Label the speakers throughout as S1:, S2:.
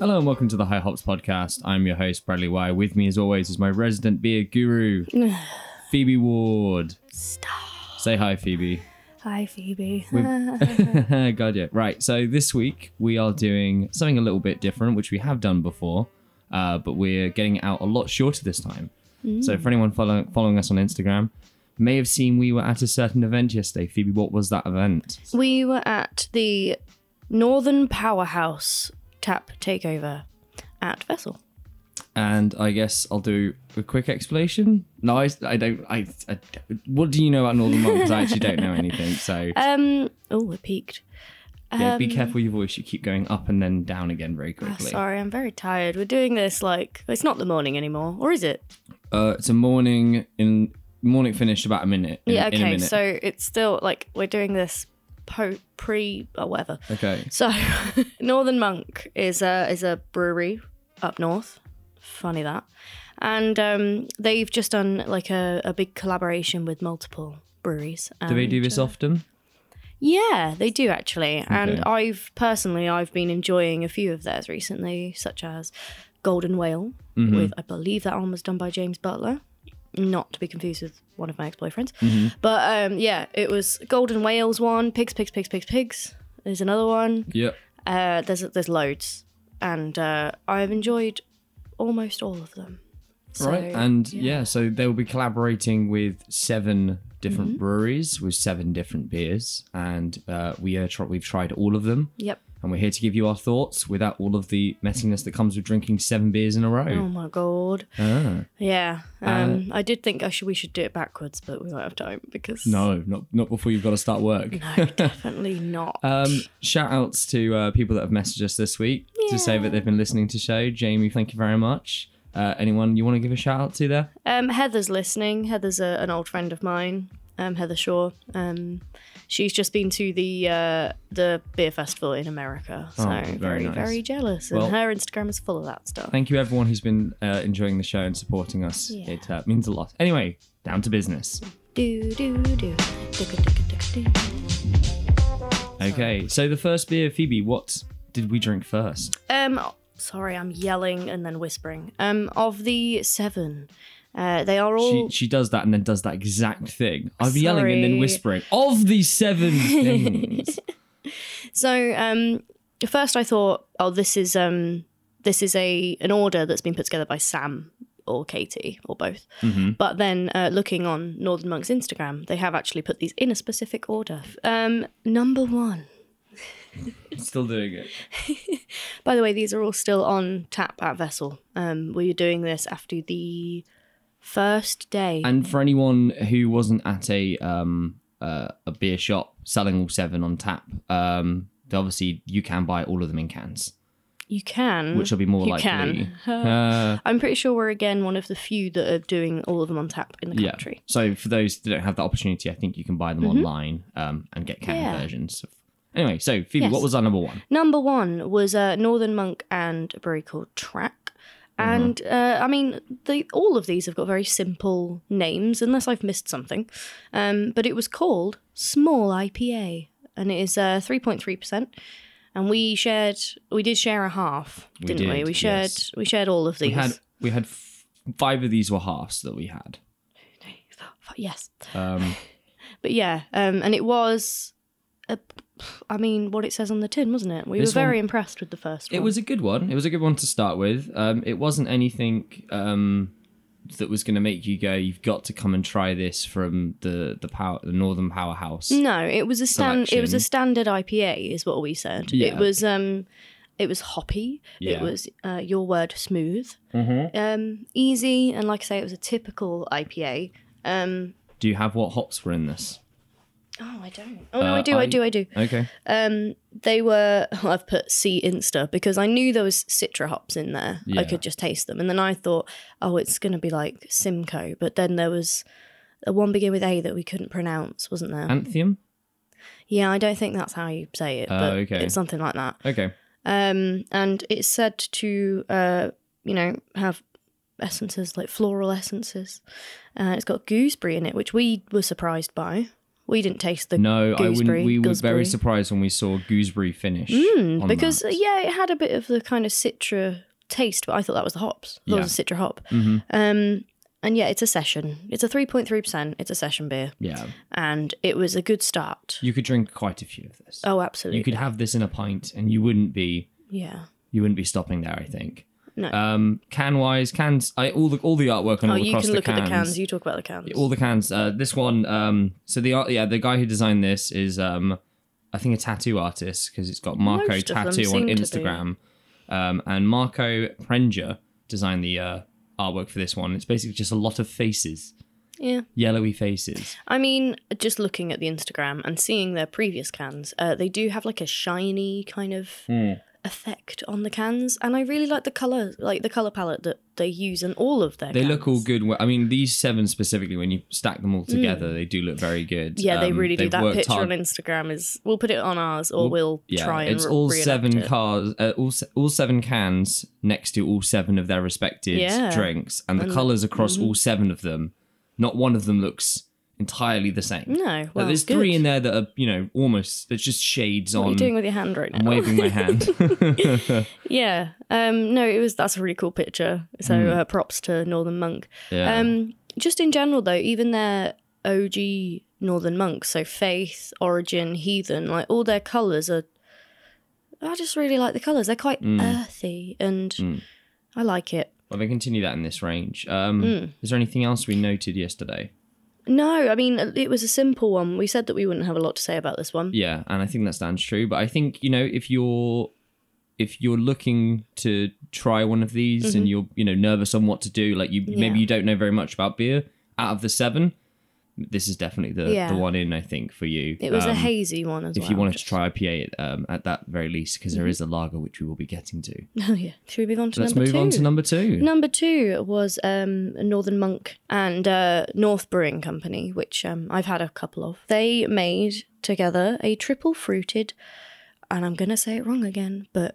S1: Hello and welcome to the High Hops Podcast. I'm your host, Bradley Y. With me, as always, is my resident beer guru, Phoebe Ward.
S2: Stop.
S1: Say hi, Phoebe.
S2: Hi, Phoebe.
S1: Mm, God, yeah. Right. So this week we are doing something a little bit different, which we have done before, uh, but we're getting out a lot shorter this time. So for anyone follow- following us on Instagram, may have seen we were at a certain event yesterday. Phoebe, what was that event?
S2: we were at the Northern Powerhouse tap takeover at Vessel.
S1: And I guess I'll do a quick explanation. No, I, I don't. I, I- what do you know about Northern Monk? Because I actually don't know anything. So
S2: Um. Oh, it peaked.
S1: yeah, be careful with your voice. You keep going up and then down again very
S2: Um, Ah,
S1: quickly.
S2: sorry, I'm very tired. We're doing this like it's not the morning anymore, or is it?
S1: Uh, it's a morning in morning finish about a minute. In,
S2: yeah.
S1: in a
S2: Okay.
S1: minute.
S2: So it's still like we're doing this po pre or whatever.
S1: okay.
S2: So Northern Monk is a is a brewery up north. Funny that. And um, they've just done like a, a big collaboration with multiple breweries.
S1: Do they
S2: and,
S1: do this
S2: uh,
S1: often?
S2: Yeah, they do actually.
S1: Okay.
S2: And I've personally I've been enjoying a few of theirs recently, such as Golden Whale,
S1: Mm-hmm.
S2: with I believe that one was done by James Butler. Not to be confused with one of my ex-boyfriends.
S1: Mm-hmm.
S2: But um, yeah, it was Golden Whale's one, Pigs, Pigs, Pigs, Pigs, Pigs. There's another one.
S1: Yeah.
S2: Uh, there's there's loads, and uh, I've enjoyed almost all of them. So,
S1: right. And yeah. so they will be collaborating with seven different
S2: Mm-hmm.
S1: breweries with seven different beers, and uh, we are tr- we've tried all of them,
S2: yep.
S1: and we're here to give you our thoughts without all of the messiness that comes with drinking seven beers in a
S2: Oh
S1: row.
S2: my god.
S1: Ah.
S2: Yeah. Um, I did think I should, we should do it backwards, but we won't have time because
S1: No, not not before you've got to start work.
S2: no, definitely not.
S1: Um, shout outs to uh, people that have messaged us this week to say that they've been listening to show. Jamie, thank you very much. Uh, anyone you want to give a shout out to there?
S2: Um, Heather's listening. Heather's a, an old friend of mine. Um, Heather Shaw. Um, she's just been to the uh, the beer festival in America, so
S1: Oh, very
S2: very very,
S1: nice.
S2: jealous. And
S1: Well-
S2: her Instagram is full of that stuff.
S1: Thank you everyone who's been uh, enjoying the show and supporting us.
S2: Yeah.
S1: It uh, means a lot. Anyway, down to business.
S2: Do do do. Dicka, dicka, dicka, doo.
S1: Okay, so the first beer, Phoebe. What did we drink first?
S2: Um, oh, sorry, I'm yelling and then whispering. Um, of the seven, uh, they are all.
S1: She she does that and then does that exact thing. I'm yelling and then
S2: Sorry.
S1: whispering of these seven things.
S2: So, um, at first I thought, oh, this is um, this is a an order that's been put together by Sam or Katie or both.
S1: Mm-hmm.
S2: But then, uh, looking on Northern Monk's Instagram, they have actually put these in a specific order. Um, number one.
S1: Still doing it.
S2: By the way, these are all still on tap at Vessel. Um, we are doing this after the first day.
S1: And for anyone who wasn't at a um uh, a beer shop selling all seven on tap, um, obviously you can buy all of them in cans,
S2: you can.
S1: which will be more
S2: You
S1: likely.
S2: can.
S1: Uh,
S2: I'm pretty sure we're again one of the few that are doing all of them on tap in the
S1: yeah.
S2: country. Mm-hmm.
S1: So for those that don't have that opportunity, I think you can buy them online um, and get canned
S2: Yeah.
S1: versions. Of... Anyway, so Phoebe, what
S2: Yes.
S1: was our number one?
S2: Number one was uh, Northern Monk and a brewery called Track.
S1: Mm-hmm.
S2: And uh, I mean, they, all of these have got very simple names, unless I've missed something. Um, but it was called Small IPA, and it is uh, 3.3%. And we shared, we did share a half, didn't we?
S1: did,
S2: We shared,
S1: yes.
S2: we shared all of these.
S1: We had we had f- five of these were halves that we had.
S2: yes,
S1: Um,
S2: but yeah, um, and it was, a, I mean, what it says on the tin, wasn't it? We
S1: This
S2: were very
S1: one-
S2: impressed with the first one.
S1: it was a good one. It was a good one to start with. Um, it wasn't anything um, that was going to make you go, "You've got to come and try this from the the power the Northern Powerhouse."
S2: No, it was a stand. It was
S1: selection.
S2: a standard IPA, is what we said.
S1: Yeah.
S2: It was um, it was hoppy.
S1: Yeah.
S2: It was uh, your word smooth,
S1: Mm-hmm.
S2: um, easy, and like I say, it was a typical IPA. Um,
S1: Do you have what hops were in this?
S2: oh, I don't. Oh no,
S1: Uh,
S2: I do. I,
S1: I-
S2: do. I do.
S1: Okay.
S2: Um, they were. I've put C Insta because I knew there was Citra hops in there.
S1: Yeah.
S2: I could just taste them, and then I thought, oh, it's gonna be like Simcoe, but then there was. a One begin with A that we couldn't pronounce, wasn't there?
S1: Anthem.
S2: yeah, I don't think that's how you say it,
S1: Oh,
S2: but
S1: okay.
S2: it's something like that.
S1: Okay.
S2: um, and it's said to uh, you know have essences like floral essences. Uh, it's got gooseberry in it, which we were surprised by. We didn't taste the
S1: No, I wouldn't.
S2: gooseberry.
S1: We were very
S2: gooseberry. Mm,
S1: surprised when we saw gooseberry finish. on
S2: because
S1: that.
S2: yeah, it had a bit of the kind of citra taste, but I thought that was the hops. That was a citra hop.
S1: Mm-hmm.
S2: Um, and yeah, it's a session. It's a three point three percent. It's a session beer,
S1: yeah,
S2: and it was a good start.
S1: you could drink quite a few of this.
S2: Oh, absolutely.
S1: you could have this in a pint, and you wouldn't be
S2: yeah.
S1: you wouldn't be stopping there. I think.
S2: No.
S1: Um, can wise cans. I, all the all the artwork on
S2: Oh,
S1: all
S2: you
S1: across
S2: can
S1: the
S2: look
S1: cans.
S2: at the cans. You talk about the cans.
S1: all the cans. Uh, this one. Um, so the art. Yeah, the guy who designed this is um, I think a tattoo artist because it's got Marco
S2: Most of them
S1: Tattoo on
S2: seem to be.
S1: Instagram, um, and Marco Prenger designed the uh, artwork for this one. It's basically just a lot of faces,
S2: yeah.
S1: yellowy faces.
S2: I mean, just looking at the Instagram and seeing their previous cans, uh, they do have like a shiny kind of
S1: Hmm.
S2: effect on the cans, and I really like the color, like the color palette that they use in all of their.
S1: They
S2: cans. Mm.
S1: look all good. wh- I mean, these seven specifically, when you stack them all together, they do look very good.
S2: Yeah, they
S1: Um,
S2: really do.
S1: they've
S2: That
S1: worked
S2: picture
S1: hard
S2: on Instagram is. We'll put it on ours, or we'll
S1: yeah,
S2: try and.
S1: it's
S2: re-
S1: all
S2: reenact
S1: seven
S2: it.
S1: cars, uh, all se- all seven cans next to all seven of their respective
S2: Yeah. mm-hmm.
S1: drinks, and the colors across all seven of them. Not one of them looks entirely the same.
S2: No,
S1: Like,
S2: Mm, well,
S1: there's
S2: good.
S1: three in there that are you know almost. There's just shades
S2: What are
S1: on.
S2: you doing with your hand right
S1: I'm
S2: now?
S1: waving my hand.
S2: Yeah. Um. No, it was. That's a really cool picture. So
S1: Hmm.
S2: uh, props to Northern Monk.
S1: yeah.
S2: Um, just in general, though, even their OG Northern monks, so faith, origin, heathen, like all their colours are. I just really like the colours. They're quite
S1: Mm.
S2: earthy, and I like it.
S1: well, they continue that in this range. Um,
S2: mm.
S1: Is there anything else we noted yesterday?
S2: No, I mean it was a simple one. We said that we wouldn't have a lot to say about this one.
S1: Yeah, and I think that stands true. But I think you know if you're if you're looking to try one of these
S2: Mm-hmm.
S1: and you're you know nervous on what to do, like you maybe you don't know very much about beer. Out of the seven, this is definitely the
S2: Yeah.
S1: the one in I think for you.
S2: It was a
S1: Um,
S2: hazy one as
S1: if
S2: well.
S1: you wanted to try IPA um, at that very least, because is a lager which we will be getting to.
S2: Oh yeah. Should we move on to
S1: Let's
S2: number
S1: move
S2: two?
S1: on to number two.
S2: Number two was um, Northern Monk and uh, North Brewing Company, which um, I've had a couple of. They made together a triple fruited, and I'm going to say it wrong again, but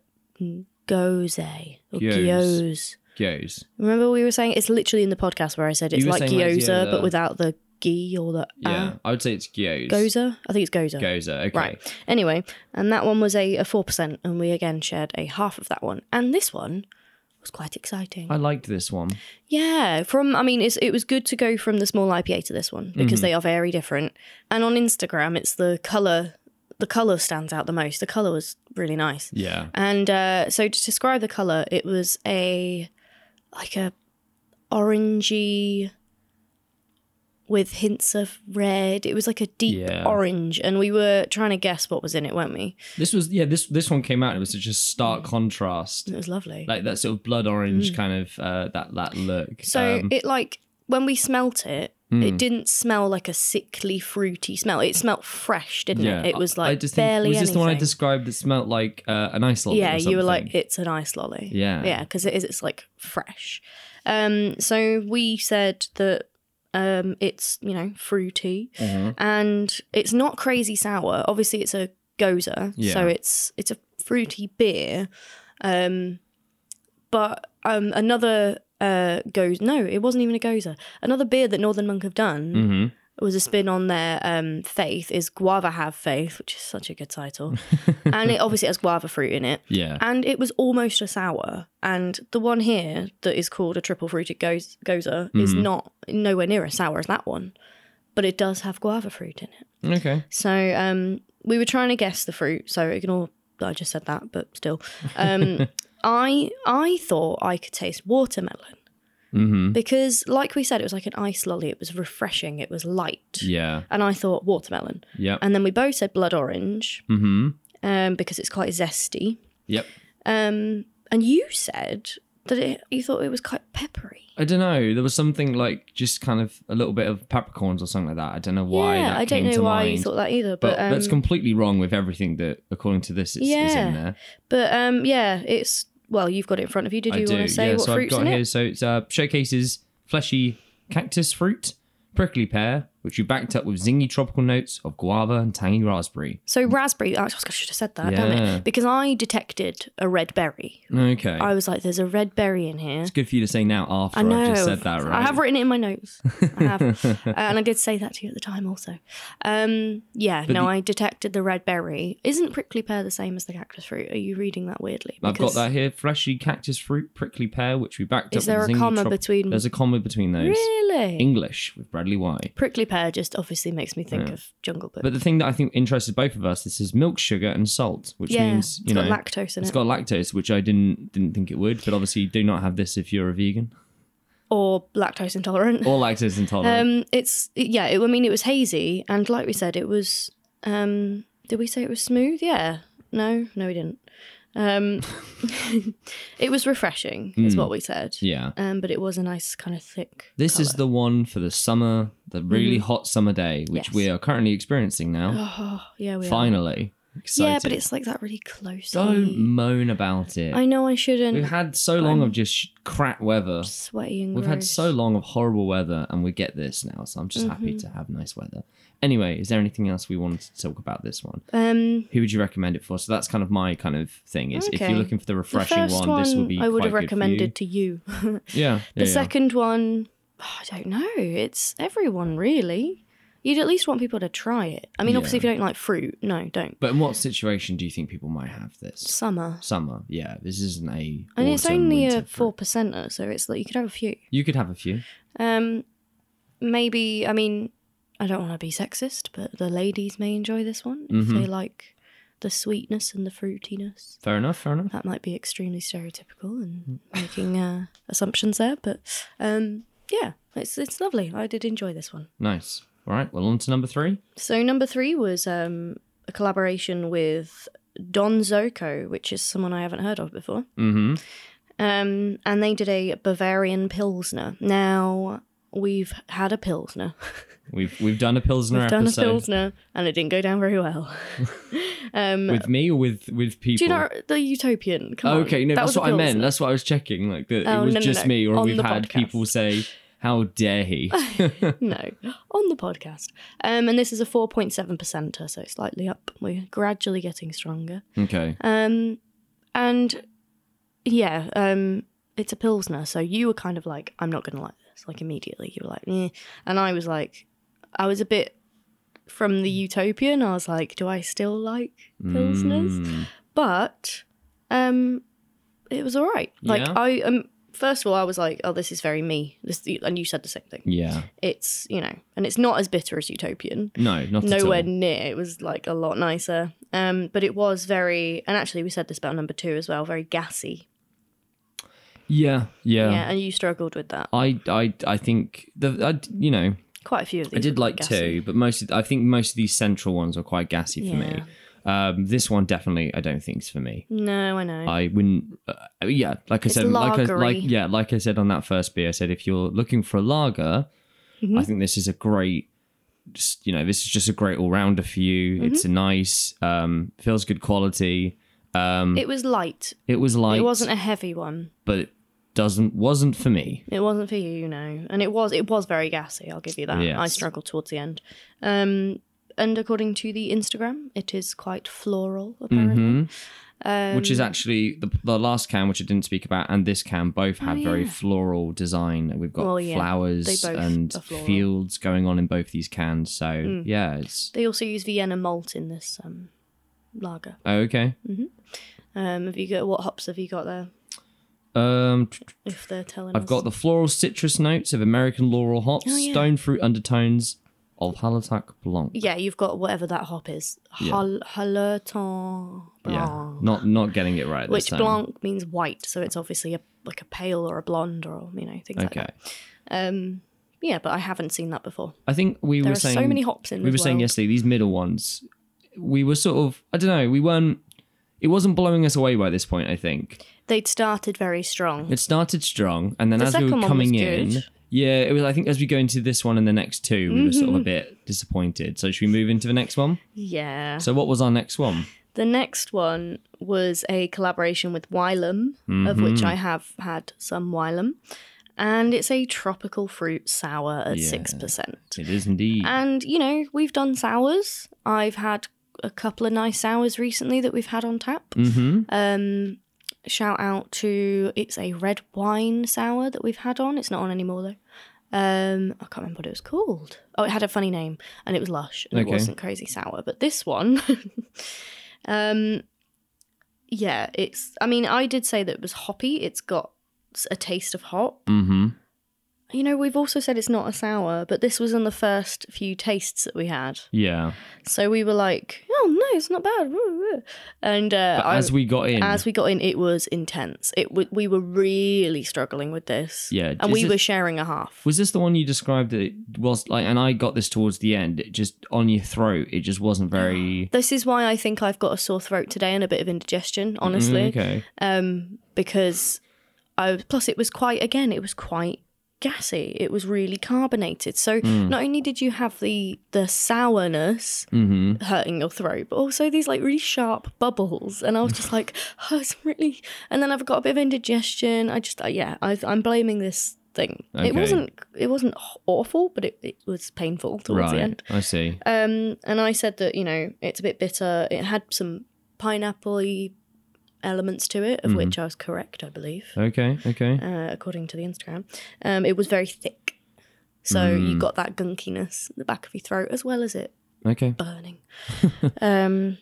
S2: goze or
S1: Gyoze.
S2: gyoze.
S1: Goes.
S2: Remember we were saying it's literally in the podcast where I said it's
S1: were
S2: like
S1: saying like
S2: gyoza,
S1: gyoza.
S2: but without the gi or the
S1: Yeah,
S2: ah.
S1: I would say it's goes.
S2: Goza? I think it's goza.
S1: Goza. Okay.
S2: Right. Anyway, and that one was a, a 4%, and we again shared a half of that one. And this one was quite exciting.
S1: I liked this one.
S2: Yeah, from I mean, it's, it was good to go from the small IPA to this one because they are very different. And on Instagram, it's the color. The color stands out the most. The color was really nice.
S1: Yeah.
S2: And uh, so to describe the color, it was a like a orangey with hints of red. It was like a deep
S1: Yeah.
S2: orange, and we were trying to guess what was in it, weren't we?
S1: This was yeah. This this one came out. and It was such a stark contrast.
S2: It was lovely.
S1: like that sort of blood orange kind of uh, that that look.
S2: Mm. So
S1: Um, Hmm.
S2: it like when we smelt it, it didn't smell like a sickly fruity smell. It smelt fresh, didn't
S1: yeah,
S2: it? It was
S1: I
S2: like
S1: just think-
S2: barely
S1: was this the one I
S2: anything.
S1: described that smelt like uh, an ice lolly? or
S2: yeah, you were
S1: something?
S2: like, it's an ice lolly.
S1: Yeah.
S2: yeah, because it is. It's like fresh. Um, so we said that um, it's you know fruity
S1: Uh-huh.
S2: and it's not crazy sour. Obviously, it's a goza,
S1: Yeah.
S2: so it's it's a fruity beer. Um, but um, another uh, goes no, it wasn't even a goza. Another beer that Northern Monk have done
S1: Mhm.
S2: was a spin on their um, faith is guava have faith, which is such a good title, and it obviously has guava fruit in it.
S1: yeah,
S2: And it was almost a sour. And the one here that is called a triple fruited goz- goza is not nowhere near as sour as that one, but it does have guava fruit in it.
S1: okay.
S2: So um, we were trying to guess the fruit. So ignore that I just said that, but still, um, I I thought I could taste watermelon
S1: hmm
S2: because, like we said, it was like an ice lolly. It was refreshing. It was light,
S1: Yeah,
S2: and I thought watermelon.
S1: yep,
S2: And then we both said blood orange
S1: hmm
S2: um, because it's quite zesty.
S1: yep.
S2: Um, and you said that it, you thought it was quite peppery.
S1: I don't know. There was something like just kind of a little bit of peppercorns or something like that. I don't know why.
S2: yeah,
S1: that
S2: I
S1: came
S2: don't know
S1: to
S2: why
S1: mind.
S2: you thought that either,
S1: But
S2: but um,
S1: that's completely wrong with everything that, according to this, is, is
S2: Yeah.
S1: in there.
S2: but um, yeah, it's well, you've got it in front of you. Did
S1: I
S2: you
S1: do.
S2: want to say
S1: yeah,
S2: what
S1: so I've
S2: fruits
S1: got
S2: in
S1: here.
S2: it?
S1: So it's uh, showcases fleshy cactus fruit, prickly pear, which we backed up with zingy tropical notes of guava and tangy raspberry.
S2: So raspberry. I I should have said that, damn
S1: Yeah.
S2: it, because I detected a red berry.
S1: Okay.
S2: I was like, "There's a red berry in here."
S1: it's good for you to say now after
S2: I know.
S1: I've just said that, right?
S2: I have written it in my notes. I have, Uh, and I did say that to you at the time also. Um, yeah, no,
S1: the-
S2: I detected the red berry. Isn't prickly pear the same as the cactus fruit? Are you reading that weirdly?
S1: I've got
S2: Because-
S1: that here. Fleshy cactus fruit, prickly pear, which we backed
S2: Is
S1: up.
S2: there
S1: with
S2: a
S1: zingy
S2: comma
S1: trop-
S2: between-
S1: There's a comma between those.
S2: Really,
S1: English with Bradley Y.
S2: prickly pear just obviously makes me think of jungle book.
S1: But the thing that I think interested both of us, this is milk, sugar, and salt, which
S2: yeah,
S1: means you
S2: it's
S1: know
S2: got lactose in
S1: it's
S2: it,
S1: got lactose, which I didn't didn't think it would. But obviously, you do not have this if you're a vegan
S2: or lactose intolerant.
S1: or lactose intolerant.
S2: Um, it's yeah. It, I mean, it was hazy, and like we said, it was. Um, did we say it was smooth? Yeah. No, no, we didn't. Um, it was refreshing, is what we said.
S1: Hmm. yeah,
S2: Um, but it was a nice kind of thick.
S1: this is the one for the summer, the really hot summer day, which
S2: Mm-hmm. Yes.
S1: we are currently experiencing now.
S2: Oh, yeah, we are.
S1: Finally, excited.
S2: Yeah, but it's like that really close.
S1: don't moan about it.
S2: I know I shouldn't.
S1: We've had so long of just sh- crap weather.
S2: sweaty and
S1: We've had
S2: gross.
S1: so long of horrible weather, and we get this now. So I'm just happy
S2: Mm-hmm.
S1: to have nice weather. Anyway, is there anything else we wanted to talk about this one?
S2: Um,
S1: who would you recommend it for? So that's kind of my kind of thing. Is if
S2: Okay.
S1: you're looking for the
S2: the
S1: refreshing
S2: first
S1: one,
S2: one,
S1: this will be
S2: I would
S1: quite
S2: have recommended to you. the
S1: Good for you. Yeah. yeah, yeah.
S2: second one, oh, I don't know. It's everyone really. You'd at least want people to try it. I mean, obviously, if you don't like fruit, no, don't.
S1: But in what situation do you think people might have this?
S2: Summer.
S1: Summer. Yeah. This isn't a.
S2: And it's
S1: autumn,
S2: only a
S1: winter fruit.
S2: four percenter, so it's like you could have a few.
S1: You could have a few.
S2: Um, maybe I mean I don't want to be sexist, but the ladies may enjoy this one if
S1: Mm-hmm.
S2: they like the sweetness and the fruitiness.
S1: Fair enough. Fair enough.
S2: That might be extremely stereotypical
S1: Mm.
S2: and making uh, assumptions there, but um, yeah, it's it's lovely. I did enjoy this one.
S1: Nice. All right. Well, on to number three.
S2: So number three was um, a collaboration with Don Zoko, which is someone I haven't heard of before.
S1: Mm-hmm.
S2: Um, and they did a Bavarian Pilsner. Now we've had a Pilsner.
S1: We've we've done a pilsner
S2: Done a
S1: episode
S2: Pilsner, and it didn't go down very well. um,
S1: with me or with with people.
S2: do you know the Utopian? Come on.
S1: Okay, no,
S2: That
S1: that's
S2: was a
S1: what I meant.
S2: Pilsner.
S1: That's what I was checking. Like that
S2: Oh,
S1: it was
S2: no, no,
S1: just
S2: no.
S1: me, or
S2: On
S1: we've
S2: the
S1: had
S2: podcast.
S1: people say, "How dare he?"
S2: No, on the podcast. Um, and this is a 4.7%, so it's slightly up. We're gradually getting stronger.
S1: okay.
S2: Um, and yeah, um, it's a pilsner. So you were kind of like, I'm not going to like this. Like immediately, you were like, eh. and I was like, I was a bit from the utopian. I was like, do I still like pilsners?
S1: Mm.
S2: But um, it was all right. Like
S1: Yeah.
S2: I um, first of all, I was like, oh, this is very me. This and you said the same thing.
S1: Yeah.
S2: It's you know, and it's not as bitter as utopian
S1: No, not at all.
S2: nowhere near. It was like a lot nicer. Um, but it was very, and actually we said this about number two as well, very gassy.
S1: Yeah, yeah.
S2: Yeah, and you struggled with that.
S1: I, I, I think the, I, you know,
S2: Quite a few of these.
S1: I did
S2: were
S1: like
S2: gassy.
S1: two, but most, of, I think most of these central ones were quite gassy for me. Um, this one definitely, I don't think is for me.
S2: No, I know.
S1: I wouldn't. Uh, yeah, like I said, like, I, like
S2: lagery.
S1: yeah, like I said on that first beer, I said if you're looking for a lager,
S2: Mm-hmm.
S1: I think this is a great. Just, you know, this is just a great all rounder for you.
S2: Mm-hmm.
S1: It's a nice, um, feels good quality. Um, it,
S2: it was light.
S1: was light,
S2: It wasn't a heavy one.
S1: but it doesn't wasn't for me.
S2: It wasn't for you, you know. And it was it was very gassy, I'll give you that. I
S1: Yes.
S2: struggled towards the end. Um and according to the Instagram, it is quite floral, apparently.
S1: Mm-hmm.
S2: Um,
S1: which is actually the, the last can which I didn't speak about, and this can both have very floral design. We've got
S2: Oh, Well, yeah,
S1: flowers
S2: they both
S1: and
S2: are floral. Mm.
S1: fields going on in both these cans. So yeah, it's
S2: They also use Vienna malt in this um lager.
S1: oh, okay.
S2: Um have you got what hops have you got there? Mm.
S1: Um,
S2: If they're telling us.
S1: I've got the floral citrus notes of American laurel hops,
S2: Oh, yeah.
S1: stone fruit undertones of Halatak Blanc.
S2: Yeah, you've got whatever that hop is.
S1: Yeah.
S2: Hal- Hallertau
S1: Yeah,
S2: Blanc.
S1: not not getting it right this
S2: Which
S1: time.
S2: blanc means white, so it's obviously a like a pale or a blonde or you know, things like
S1: Okay,
S2: that. Um yeah, but I haven't seen that before.
S1: I think we
S2: There
S1: were
S2: are
S1: saying
S2: so many hops in
S1: we were
S2: this
S1: saying
S2: world.
S1: yesterday these middle ones. We were sort of I don't know. We weren't. It wasn't blowing us away by this point. I think.
S2: They'd started very strong.
S1: It started strong, and then
S2: The
S1: as we
S2: second
S1: were
S2: one was
S1: coming
S2: good.
S1: in, yeah, it was. I think as we go into this one and the next two, we were sort of
S2: Mm-hmm.
S1: a bit disappointed. So should we move into the next one?
S2: Yeah.
S1: So what was our next one?
S2: the next one
S1: Mm-hmm.
S2: was a collaboration with Wylam, of which I have had some Wylam. and it's a tropical fruit sour at
S1: Yeah.
S2: six percent.
S1: It is indeed.
S2: And you know, we've done sours. I've had a couple of nice sours recently that we've had on tap.
S1: mm-hmm.
S2: Um, shout out to it's a red wine sour that we've had on. It's not on anymore though. Um, I can't remember what it was called. Oh, it had a funny name, and it was lush, and
S1: Okay.
S2: it wasn't crazy sour. But this one, um, yeah, it's. I mean, I did say that it was hoppy. It's got s- a taste of hop.
S1: Mm-hmm.
S2: You know, we've also said it's not a sour, but this was on the first few tastes that we had.
S1: Yeah.
S2: So we were like, oh no, it's not bad. woo, woo." And uh,
S1: But
S2: I-
S1: as we got in,
S2: as we got in, it was intense. It w- we were really struggling with this.
S1: yeah,
S2: And
S1: is
S2: we
S1: it-
S2: were sharing a half.
S1: Was this the one you described that it was like, and I got this towards the end, it just on your throat, it just wasn't very.
S2: This is why I think I've got a sore throat today and a bit of indigestion, honestly.
S1: Mm, okay.
S2: Um, because I was, plus it was quite again, it was quite gassy. It was really carbonated. So
S1: Mm.
S2: not only did you have the the sourness
S1: Mm-hmm.
S2: hurting your throat, but also these like really sharp bubbles. And I was just like, oh, it's really. And then I've got a bit of indigestion. I just, uh, yeah, I, I'm blaming this thing.
S1: Okay.
S2: It wasn't, it wasn't awful, but it, it was painful towards the
S1: Right.
S2: end.
S1: I see.
S2: Um, and I said that you know it's a bit bitter. It had some pineapple elements to it, of which I was correct, I believe
S1: Mm-hmm. Okay. Okay.
S2: uh, according to the Instagram. Um, it was very thick. So you
S1: Mm.
S2: got that gunkiness at the back of your throat as well as it
S1: Okay.
S2: burning. um,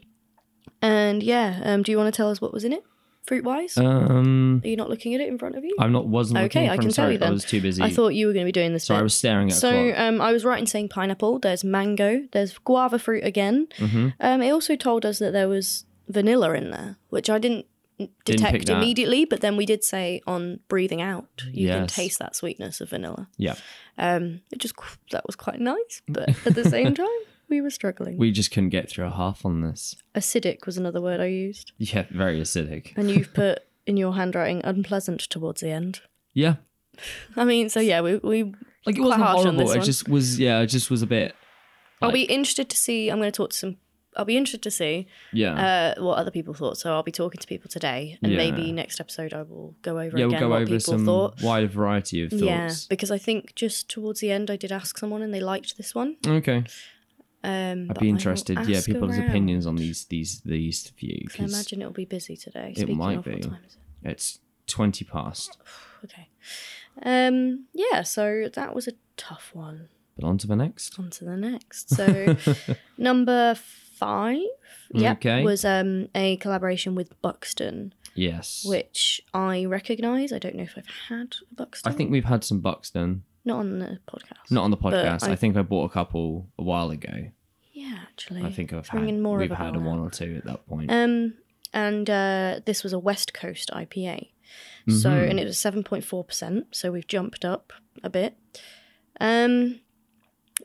S2: and yeah, um, do you want to tell us what was in it, fruit wise?
S1: Um,
S2: Are you not looking at it in front of you?
S1: I'm not. Wasn't looking
S2: Okay,
S1: in
S2: I
S1: front,
S2: can tell
S1: sorry,
S2: you then.
S1: I was too busy.
S2: I thought you were going to be doing this.
S1: so I
S2: bit.
S1: was staring at. a
S2: so
S1: clock.
S2: um, I was right in saying pineapple. There's mango. There's guava fruit again.
S1: Mm-hmm.
S2: Um, it also told us that there was vanilla in there, which I didn't
S1: pick
S2: detect
S1: that.
S2: immediately. But then we did say on breathing out, you can
S1: Yes.
S2: taste that sweetness of vanilla.
S1: yeah.
S2: Um, it just qu- that was quite nice, but at the same time, we were struggling.
S1: We just couldn't get through a half on this.
S2: Acidic was another word I used,
S1: Yeah. Very acidic.
S2: and you've put in your handwriting unpleasant towards the end.
S1: Yeah.
S2: I mean, so yeah, we we
S1: Like it
S2: Quite
S1: wasn't
S2: harsh on
S1: horrible.
S2: this
S1: It
S2: one.
S1: just was. Yeah. It just was a bit.
S2: I'll be interested to see. I'm going to talk to some. I'll be interested to see
S1: Yeah.
S2: uh, what other people thought. So I'll be talking to people today, and
S1: Yeah.
S2: maybe next episode I will go over
S1: yeah. We'll
S2: again
S1: go
S2: what
S1: over
S2: people
S1: some
S2: thought.
S1: wider variety of
S2: Yeah,
S1: thoughts.
S2: because I think just towards the end I did ask someone, and they liked this one.
S1: Okay.
S2: Um,
S1: I'd be interested. Yeah. People's opinions
S2: opinions.
S1: on these these these few.
S2: I
S1: 'cause-
S2: imagine it'll be busy today. Speaking
S1: might
S2: of what
S1: be.
S2: time is
S1: It's 20 past.
S2: it? Okay. Um, yeah, so that was a tough one.
S1: But on to the next.
S2: On to the next. So number five, yeah,
S1: Okay.
S2: was um, a collaboration with Buxton,
S1: Yes.
S2: which I recognise. I don't know if I've had a Buxton.
S1: I think we've had some Buxton.
S2: not on the podcast.
S1: Not on the podcast. I,
S2: I-
S1: think I bought a couple a while ago.
S2: Yeah, actually,
S1: I think I've
S2: It's ringing
S1: had,
S2: more of
S1: we've
S2: a
S1: had a
S2: bell now.
S1: one or two at that point.
S2: Um, and uh, this was a West Coast IPA. So,
S1: Mhm.
S2: and it was 7.4%. So we've jumped up a bit. Um,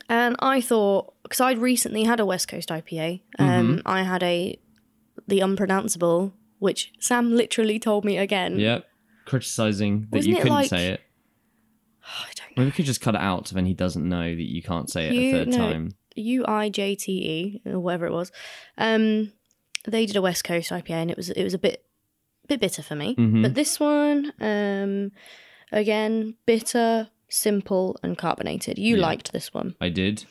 S2: and I thought, because I'd recently had a West Coast IPA, um, I had a, the unpronounceable, which Sam literally told me again.
S1: yep. Criticizing that
S2: Wasn't
S1: you
S2: it
S1: couldn't
S2: like-
S1: say it.
S2: I don't know.
S1: Maybe we could just cut it out so then he doesn't know that you can't say it a
S2: You-
S1: third
S2: no.
S1: time.
S2: U I J T E or whatever it was. Um, they did a West Coast IPA, and it was it was a bit bit bitter for me.
S1: Mhm.
S2: But this one, um, again, bitter, simple, and carbonated. You
S1: Yeah.
S2: liked this one.
S1: I did.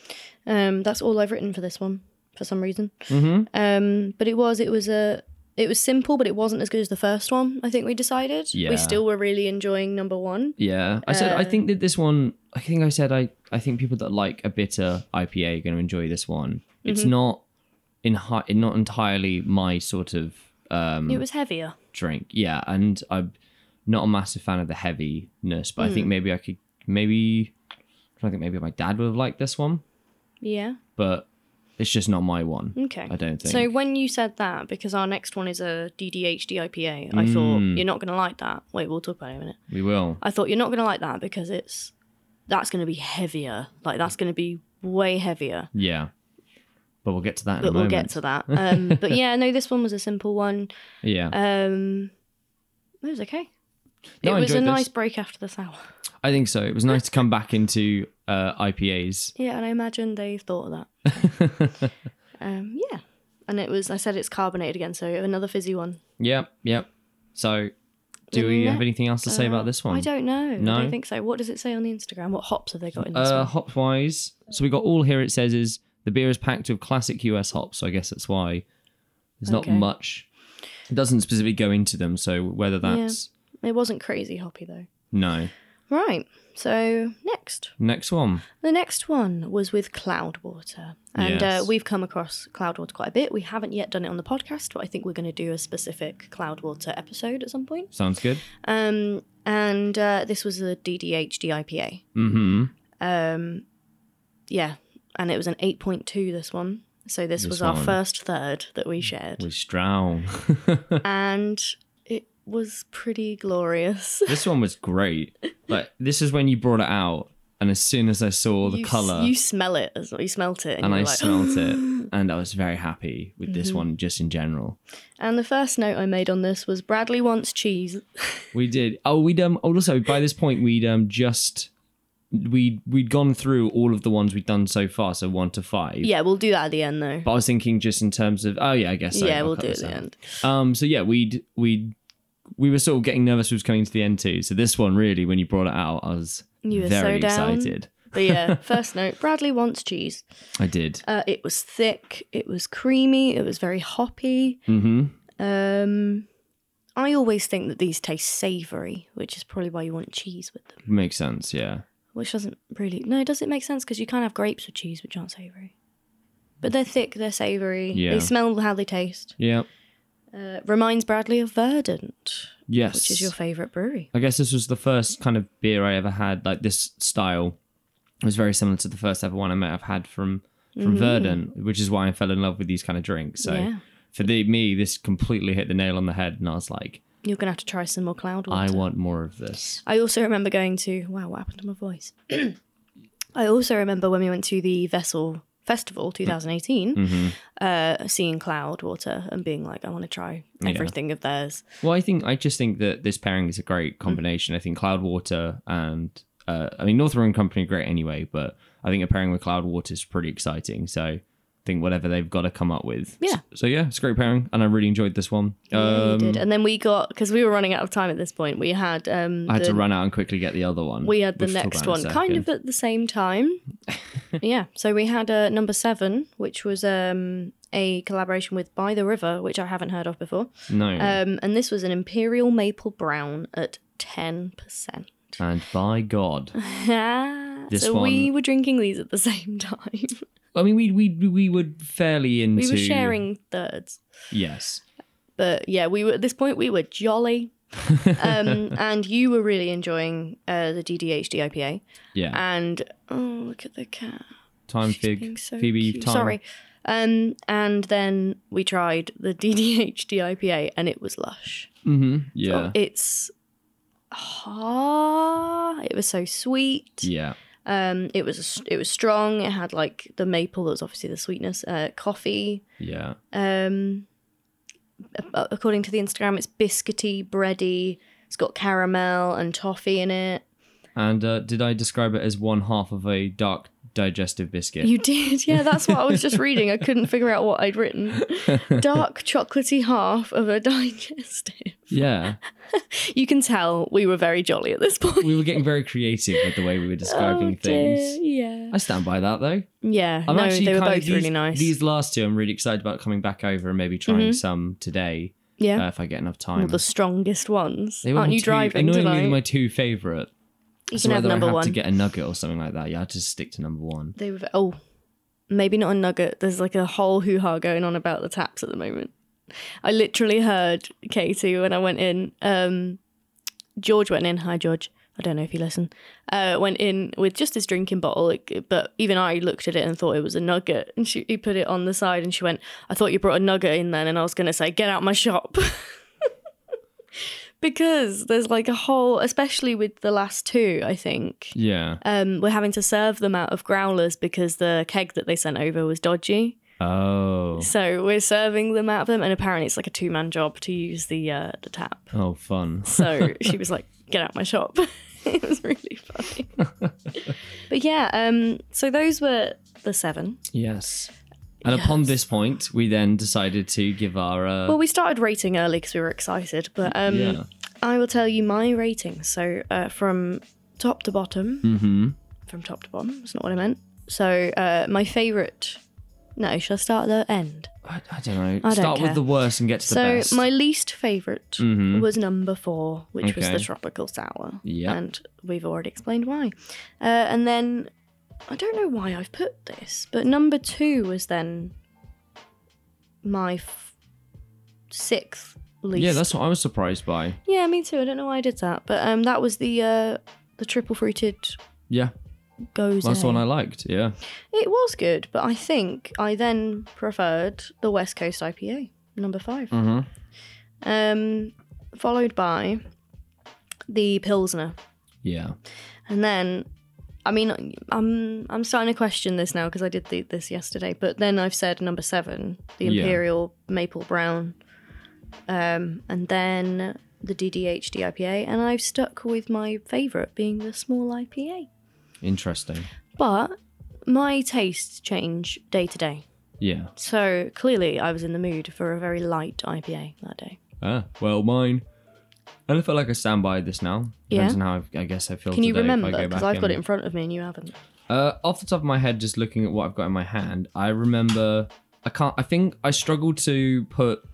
S2: Um, that's all I've written for this one for some reason.
S1: Mm-hmm.
S2: Um, but it was it was a it was simple, but it wasn't as good as the first one. I think we decided.
S1: Yeah.
S2: We still were really enjoying number one.
S1: Yeah. I said, I
S2: Uh,
S1: think that this one, I think I said, I, I think people that like a bitter IPA are going to enjoy this one.
S2: Mm-hmm.
S1: It's not in hi- not entirely my sort of um,
S2: It was heavier.
S1: drink. Yeah, and I'm not a massive fan of the heaviness, but I
S2: Hmm.
S1: think maybe I could maybe I think maybe my dad would have liked this one,
S2: Yeah.
S1: but it's just not my one.
S2: Okay.
S1: I don't think.
S2: So when you said that, because our next one is a DDHD IPA, I thought
S1: Hmm.
S2: you're not going to like that. Wait, we'll talk about it in a minute.
S1: we will.
S2: I thought you're not going to like that because it's that's going to be heavier. Like that's going to be way heavier.
S1: Yeah. But we'll get to that in a
S2: But we'll
S1: moment.
S2: get to that. Um, but yeah, no, this one was a simple one.
S1: Yeah.
S2: Um, it was okay.
S1: No, I
S2: it was a
S1: enjoyed this.
S2: nice break after the sour.
S1: I think so. It was nice to come back into uh, IPAs.
S2: Yeah, and I imagine they thought of that. Um, yeah, and it was. I said it's carbonated again, so another fizzy one.
S1: Yep, yep. So Do we
S2: Yeah.
S1: have anything else to say
S2: Uh,
S1: about this one?
S2: I don't know.
S1: No?
S2: I don't think so. What does it say on the Instagram? What hops have they got in this
S1: Uh,
S2: one?
S1: hop wise, so we got all here. It says is the beer is packed with classic US hops, so I guess that's why there's not
S2: Okay.
S1: much. It doesn't specifically go into them, so whether that's
S2: It wasn't crazy hoppy though.
S1: no.
S2: Right. So next.
S1: Next one,
S2: The next one was with Cloudwater. And uh,
S1: Yes.
S2: we've come across Cloudwater quite a bit. We haven't yet done it on the podcast, but I think we're going to do a specific Cloudwater episode at some point.
S1: sounds good.
S2: Um, and uh, this was the DDHD IPA.
S1: Mm-hmm.
S2: Um, yeah. And it was an 8.2, this one. So this,
S1: This
S2: was our
S1: one.
S2: first third that we shared.
S1: With Strown.
S2: And it was pretty glorious.
S1: this one was great. Like this is when you brought it out, and as soon as I saw the
S2: you, s-
S1: color,
S2: You smell it. as well. You smelt it. And,
S1: and
S2: you're
S1: I
S2: like, Mm-hmm.
S1: smelt it, and I was very happy with this one just in general.
S2: And the first note I made on this was Bradley wants cheese.
S1: We did. Oh, we'd um. Also, by this point, we'd um just we we'd gone through all of the ones we'd done so far, so one to five.
S2: yeah, we'll do that at the end though.
S1: But I was thinking just in terms of oh yeah, I guess so.
S2: yeah,
S1: I'll
S2: we'll
S1: cut
S2: do it at
S1: this
S2: the
S1: out.
S2: end.
S1: Um. So yeah, we'd we'd we were sort of getting nervous. We was coming to the end too. So this one really, when you brought it out, I was
S2: You were
S1: very
S2: so down.
S1: excited.
S2: But yeah, first note Bradley wants cheese.
S1: I did.
S2: Uh, it was thick, it was creamy, it was very hoppy.
S1: Mm-hmm.
S2: Um, I always think that these taste savoury, which is probably why you want cheese with them.
S1: Makes sense. Yeah.
S2: Which doesn't really. No, does it make sense? Because you can't have grapes with cheese, which aren't savoury. But they're thick, they're savoury.
S1: Yeah.
S2: They smell how they taste.
S1: Yeah.
S2: Uh, reminds Bradley of Verdant,
S1: Yes.
S2: which is your favourite brewery.
S1: I guess this was the first kind of beer I ever had, like this style. It was very similar to the first ever one I might have had from from Verdant, which is why I fell in love with these kind of drinks. So
S2: Mm-hmm. Yeah.
S1: for the me, this completely hit the nail on the head, and I was like,
S2: You're going to have to try some more cloud water.
S1: I want more of this.
S2: I also remember going to wow, what happened to my voice? I also remember when we went to the Vessel Festival
S1: Mm.
S2: 2018,
S1: Mm-hmm.
S2: uh, seeing Cloud Water and being like, I want to try everything of theirs.
S1: Well, I think I just think that this pairing is a
S2: Mm.
S1: great combination. I think Cloudwater and uh, I mean North Rowan Company are great anyway, but I think a pairing with Cloudwater is pretty exciting. So I think whatever they've got to come up with.
S2: Yeah.
S1: So yeah, it's a great pairing, and I really enjoyed this one.
S2: Yeah, you
S1: Um,
S2: did. And then we got because we were running out of time at this point. We had um,
S1: I had
S2: the,
S1: to run out and quickly get the other one.
S2: we had the
S1: which we'll talk
S2: next
S1: about in
S2: one
S1: a
S2: kind of
S1: second.
S2: at the same time. yeah, so we had uh, number seven, which was um, a collaboration with By the River, which I haven't heard of before.
S1: no.
S2: Um, and this was an Imperial Maple Brown at 10%.
S1: and by God, This
S2: so we
S1: one-
S2: were drinking these at the same time.
S1: I mean, we we we were fairly into.
S2: we were sharing thirds.
S1: Yes.
S2: But yeah, we were at this point we were jolly. um, and you were really enjoying uh, the DDHD IPA.
S1: Yeah.
S2: And oh, look at the cat.
S1: time
S2: She's
S1: fig.
S2: being so
S1: Phoebe.
S2: cute.
S1: Time.
S2: Sorry. Um, and then we tried the DDHD IPA and it was lush.
S1: hmm Yeah.
S2: Oh, it's ah, it was so sweet.
S1: yeah.
S2: Um, it was it was strong. It had like the maple that was obviously the sweetness. Uh, coffee.
S1: Yeah.
S2: Um, a- a- according to the Instagram, it's biscuity, bready. It's got caramel and toffee in it.
S1: And uh, did I describe it as one half of a dark digestive biscuit?
S2: You did, yeah. That's what I was just reading. I couldn't figure out what I'd written. Dark chocolatey half of a digestive.
S1: yeah.
S2: You can tell we were very jolly at this point.
S1: We were getting very creative with the way we were describing
S2: Oh, dear,
S1: things.
S2: Yeah.
S1: I stand by that though.
S2: Yeah,
S1: I'm
S2: no,
S1: actually
S2: they were
S1: kind
S2: both
S1: of these,
S2: really nice. Mm-hmm.
S1: These last two, I'm really excited about coming back over and maybe trying some today
S2: yeah,
S1: uh, if I get enough
S2: well,
S1: time.
S2: the strongest ones.
S1: They were
S2: Aren't
S1: my
S2: you
S1: two-
S2: driving
S1: annoyingly,
S2: tonight?
S1: they're my two favorite.
S2: you
S1: So
S2: can have
S1: whether
S2: number
S1: I have
S2: one.
S1: to get a nugget or something like that, yeah, I just stick to number one.
S2: They were oh, maybe not a nugget. There's like a whole hoo ha going on about the taps at the moment. I literally heard Katie when I went in. Um, George went in. Hi, George. I don't know if you listen. Uh, went in with just his drinking bottle, like, but even I looked at it and thought it was a nugget. And she he put it on the side, and she went, "I thought you brought a nugget in then." And I was gonna say, "Get out my shop," because there's like a whole, especially with the last two, I think
S1: Yeah.
S2: um, we're having to serve them out of growlers because the keg that they sent over was dodgy.
S1: Oh.
S2: So we're serving them out of them, and apparently it's like a two man job to use the uh, the tap.
S1: Oh, fun.
S2: So she was like, "Get out my shop." it was really funny. but yeah, um, so those were the seven.
S1: Yes. And upon this point, we then decided to give our. Uh,
S2: Well, we started rating early because we were excited, but um,
S1: yeah.
S2: I will tell you my rating. So uh, from top to bottom,
S1: Mm-hmm.
S2: from top to bottom. That's not what I meant. So uh, my favorite. No, shall I start at the end?
S1: I, I don't know.
S2: don't
S1: Start
S2: care.
S1: with the worst and get to the
S2: so
S1: best.
S2: my least favorite
S1: Mhm.
S2: was number four, which was
S1: Okay.
S2: the tropical sour.
S1: Yep.
S2: and we've already explained why. Uh, and then I don't know why I've put this, but number two was then my f- sixth least.
S1: yeah, that's what I was surprised by.
S2: yeah, me too. I don't know why I did that, but um, that was the uh, the triple fruited
S1: Yeah,
S2: goes.
S1: that's the one I liked. Yeah.
S2: It was good, but I think I then preferred the West Coast IPA, number five.
S1: Mm-hmm.
S2: Um, followed by the Pilsner.
S1: Yeah.
S2: And then, I mean, I'm I'm starting to question this now because I did the, this yesterday. But then I've said number seven, the
S1: Yeah.
S2: Imperial Maple Brown, um, and then the DDHD IPA, and I've stuck with my favourite being the small IPA.
S1: Interesting.
S2: But my tastes change day to day,
S1: Yeah.
S2: so clearly I was in the mood for a very light IPA that day.
S1: Ah, well, mine. I feel like I stand by this now. Depends on
S2: Yeah.
S1: how I, I guess I feel.
S2: Can you
S1: today if I
S2: remember?
S1: go
S2: Because
S1: back
S2: I've got
S1: in.
S2: it in front of me and you haven't.
S1: Uh, off the top of my head, just looking at what I've got in my hand, I remember I can't. I think I struggled to put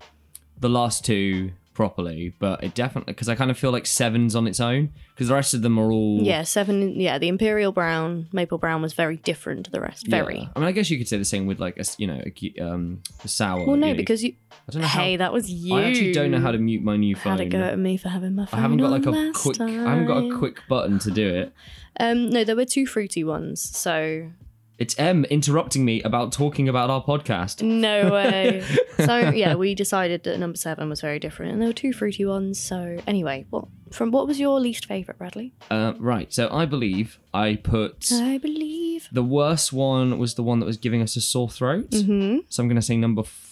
S1: the last two properly, but it definitely because I kind of feel like seven's on its own because the rest of them are all
S2: Yeah, seven. Yeah, the Imperial Brown, Maple Brown was very different to the rest.
S1: Yeah.
S2: Very.
S1: I mean, I guess you could say the same with like a s- you know a, gu- um a sour.
S2: Well, no,
S1: you-
S2: because you.
S1: I don't know how,
S2: Hey, that was you.
S1: I actually don't know how to mute my new phone.
S2: Had a go at me for having my
S1: I
S2: phone.
S1: haven't got
S2: on
S1: like a
S2: last
S1: quick.
S2: Time.
S1: I haven't got a quick button to do it.
S2: Um, no, there were two fruity ones, so
S1: It's M interrupting me about talking about our podcast.
S2: no way. so yeah, we decided that number seven was very different, and there were two fruity ones. So anyway, what from what was your least favorite, Bradley?
S1: Uh, right. So I believe I put.
S2: I believe.
S1: The worst one was the one that was giving us a sore throat.
S2: Hmm.
S1: So I'm going to say number f-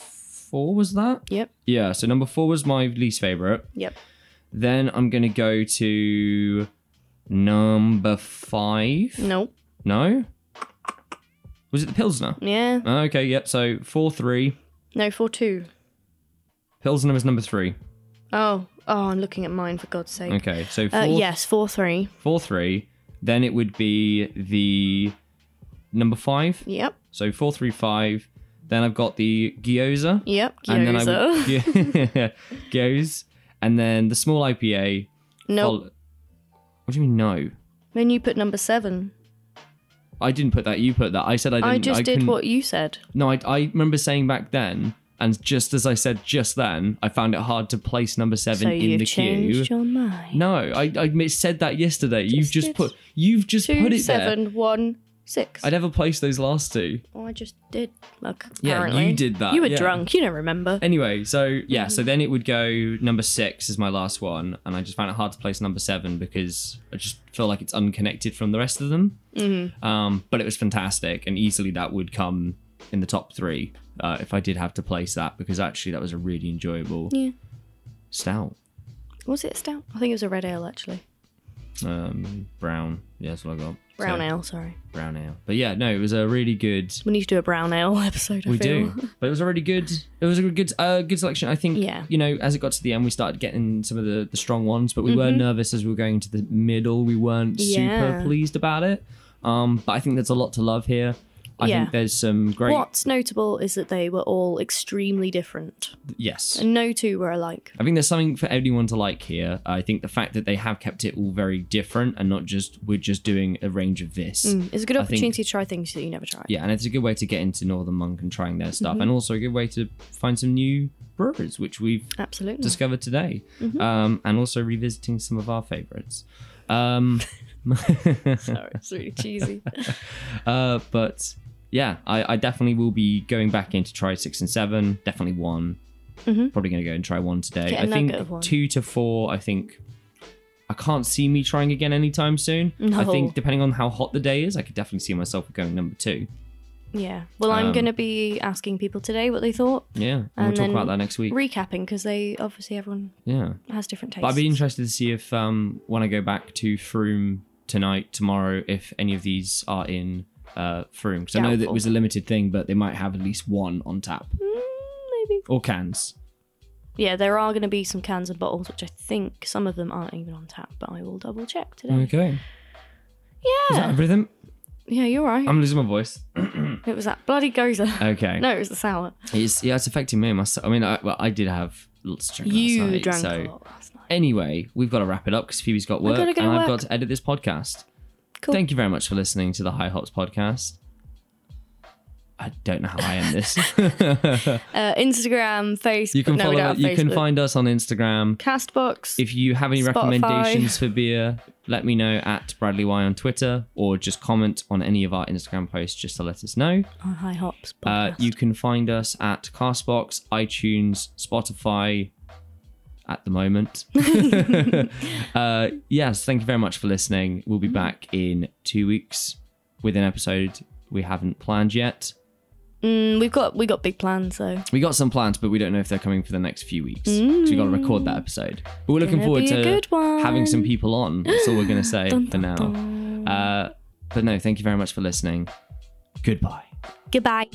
S1: four was that?
S2: Yep.
S1: Mm-hmm. Yeah, so number four was my least favorite.
S2: Yep.
S1: Then I'm going to go to number five.
S2: Nope.
S1: No? Was it the Pilsner?
S2: Yeah.
S1: Okay, yep. So four, three.
S2: No. Four two.
S1: Pilsner was number three.
S2: Oh. Oh, I'm looking at mine for God's sake.
S1: Okay, so four,
S2: Uh, yes, four three.
S1: four, three. Then it would be the number five.
S2: Yep.
S1: So four, three, five. Then I've got the Gyoza.
S2: Yep.
S1: and then I
S2: Gyoza.
S1: would, yeah, goes, and then the small IPA.
S2: nope.
S1: fol- what do you mean no?
S2: Then you put number seven.
S1: I didn't put that. You put that. I said I didn't.
S2: I just did
S1: couldn't-
S2: what you said.
S1: No, I, I remember saying back then, and just as I said just then, I found it hard to place number seven
S2: So
S1: in
S2: you've
S1: the queue.
S2: changed your mind.
S1: No, I I mi- said that yesterday. you've
S2: Just
S1: just
S2: did.
S1: put you've just put
S2: Two
S1: it there.
S2: seven one six.
S1: I never placed those last two.
S2: Oh, I just did. Look,
S1: Yeah,
S2: apparently.
S1: you did that,
S2: You were
S1: yeah.
S2: drunk. Mm-hmm. You don't remember.
S1: Anyway, so yeah, so then it would go number six is my last one, and I just found it hard to place number seven because I just feel like it's unconnected from the rest of them. Mm-hmm. Um, but it was fantastic, and easily that would come in the top three uh, if I did have to place that because actually that was a really enjoyable
S2: Yeah.
S1: stout,
S2: Was it a stout? I think it was a red ale actually.
S1: um, brown. Yeah, that's what I got.
S2: Brown
S1: So,
S2: ale. Sorry.
S1: Brown ale. But yeah, no, it was a really good.
S2: We need to do a brown ale episode. I
S1: We
S2: feel.
S1: do, but it was a really good. It was a good, uh, good selection. I think.
S2: Yeah.
S1: You know, as it got to the end, we started getting some of the the strong ones, but we were nervous as we were going into the middle. We weren't super
S2: Mm-hmm. Yeah.
S1: pleased about it. Um, but I think there's a lot to love here. I
S2: Yeah.
S1: think there's some great.
S2: What's notable is that they were all extremely different,
S1: Yes.
S2: and no two were alike.
S1: I think there's something for everyone to like here. I think the fact that they have kept it all very different and not just we're just doing a range of this.
S2: Mm, It's a good
S1: think-
S2: opportunity to try things that you never tried.
S1: Yeah, and it's a good way to get into Northern Monk and trying their
S2: Mm-hmm.
S1: stuff, and also a good way to find some new brewers, which we've
S2: Absolutely.
S1: discovered today,
S2: Mm-hmm.
S1: um, and also revisiting some of our favorites. Um,
S2: Sorry, it's really cheesy.
S1: uh, but yeah, I, I definitely will be going back in to try six and seven. Definitely one. Probably going to go and try one today.
S2: Mm-hmm. Get a
S1: I think
S2: nugget of one.
S1: two to four. I think I can't see me trying again anytime soon. I
S2: No.
S1: think depending on how hot the day is, I could definitely see myself going number two.
S2: yeah. Well, I'm
S1: Um,
S2: going to be asking people today what they thought,
S1: Yeah, and we'll
S2: And
S1: talk
S2: then
S1: about that next week.
S2: recapping because they obviously everyone
S1: yeah.
S2: has different tastes.
S1: But I'd be interested to see if um, when I go back to Froome tonight, tomorrow, if any of these are in uh, Froome. Because I know that it
S2: Doubtful.
S1: was a limited thing, but they might have at least one on tap
S2: Mm, maybe.
S1: or cans.
S2: yeah, there are going to be some cans and bottles, which I think some of them aren't even on tap, but I will double check today.
S1: Okay. Mm. Is that
S2: Yeah.
S1: everything?
S2: Yeah, you're right.
S1: I'm losing my voice.
S2: it was that bloody gozer.
S1: Okay.
S2: no, it was the sour.
S1: It's, yeah, it's affecting me. Myself. I mean, I, well, I did have lots to drink last
S2: You
S1: night.
S2: drank
S1: so
S2: a lot last night.
S1: anyway, we've got to wrap it up because Phoebe's got work
S2: gotta go
S1: and
S2: to
S1: I've got
S2: work.
S1: to edit this podcast.
S2: Cool.
S1: Thank you very much for listening to the High Hops podcast. I don't know how I end this.
S2: Uh, Instagram, Facebook.
S1: you can
S2: no, we
S1: follow.
S2: don't have
S1: you can
S2: Facebook.
S1: find us on Instagram.
S2: Castbox.
S1: If you have any
S2: Spotify.
S1: recommendations for beer, let me know at Bradley Y on Twitter or just comment on any of our Instagram posts just to let us know.
S2: on High Oh, Hops.
S1: Uh,
S2: podcast.
S1: you can find us at Castbox, iTunes, Spotify at the moment. uh, yes, thank you very much for listening. We'll be back in two weeks with an episode we haven't planned yet.
S2: Mm, we've got we got big plans, so
S1: We got some plans, but we don't know if they're coming for the next few weeks. because we got to record that episode. But we're looking
S2: Gonna
S1: forward
S2: be a
S1: to
S2: good one.
S1: having some people on. That's all we're going to say
S2: Dun,
S1: for
S2: dun,
S1: now.
S2: dun.
S1: Uh, but no, thank you very much for listening. Goodbye.
S2: goodbye.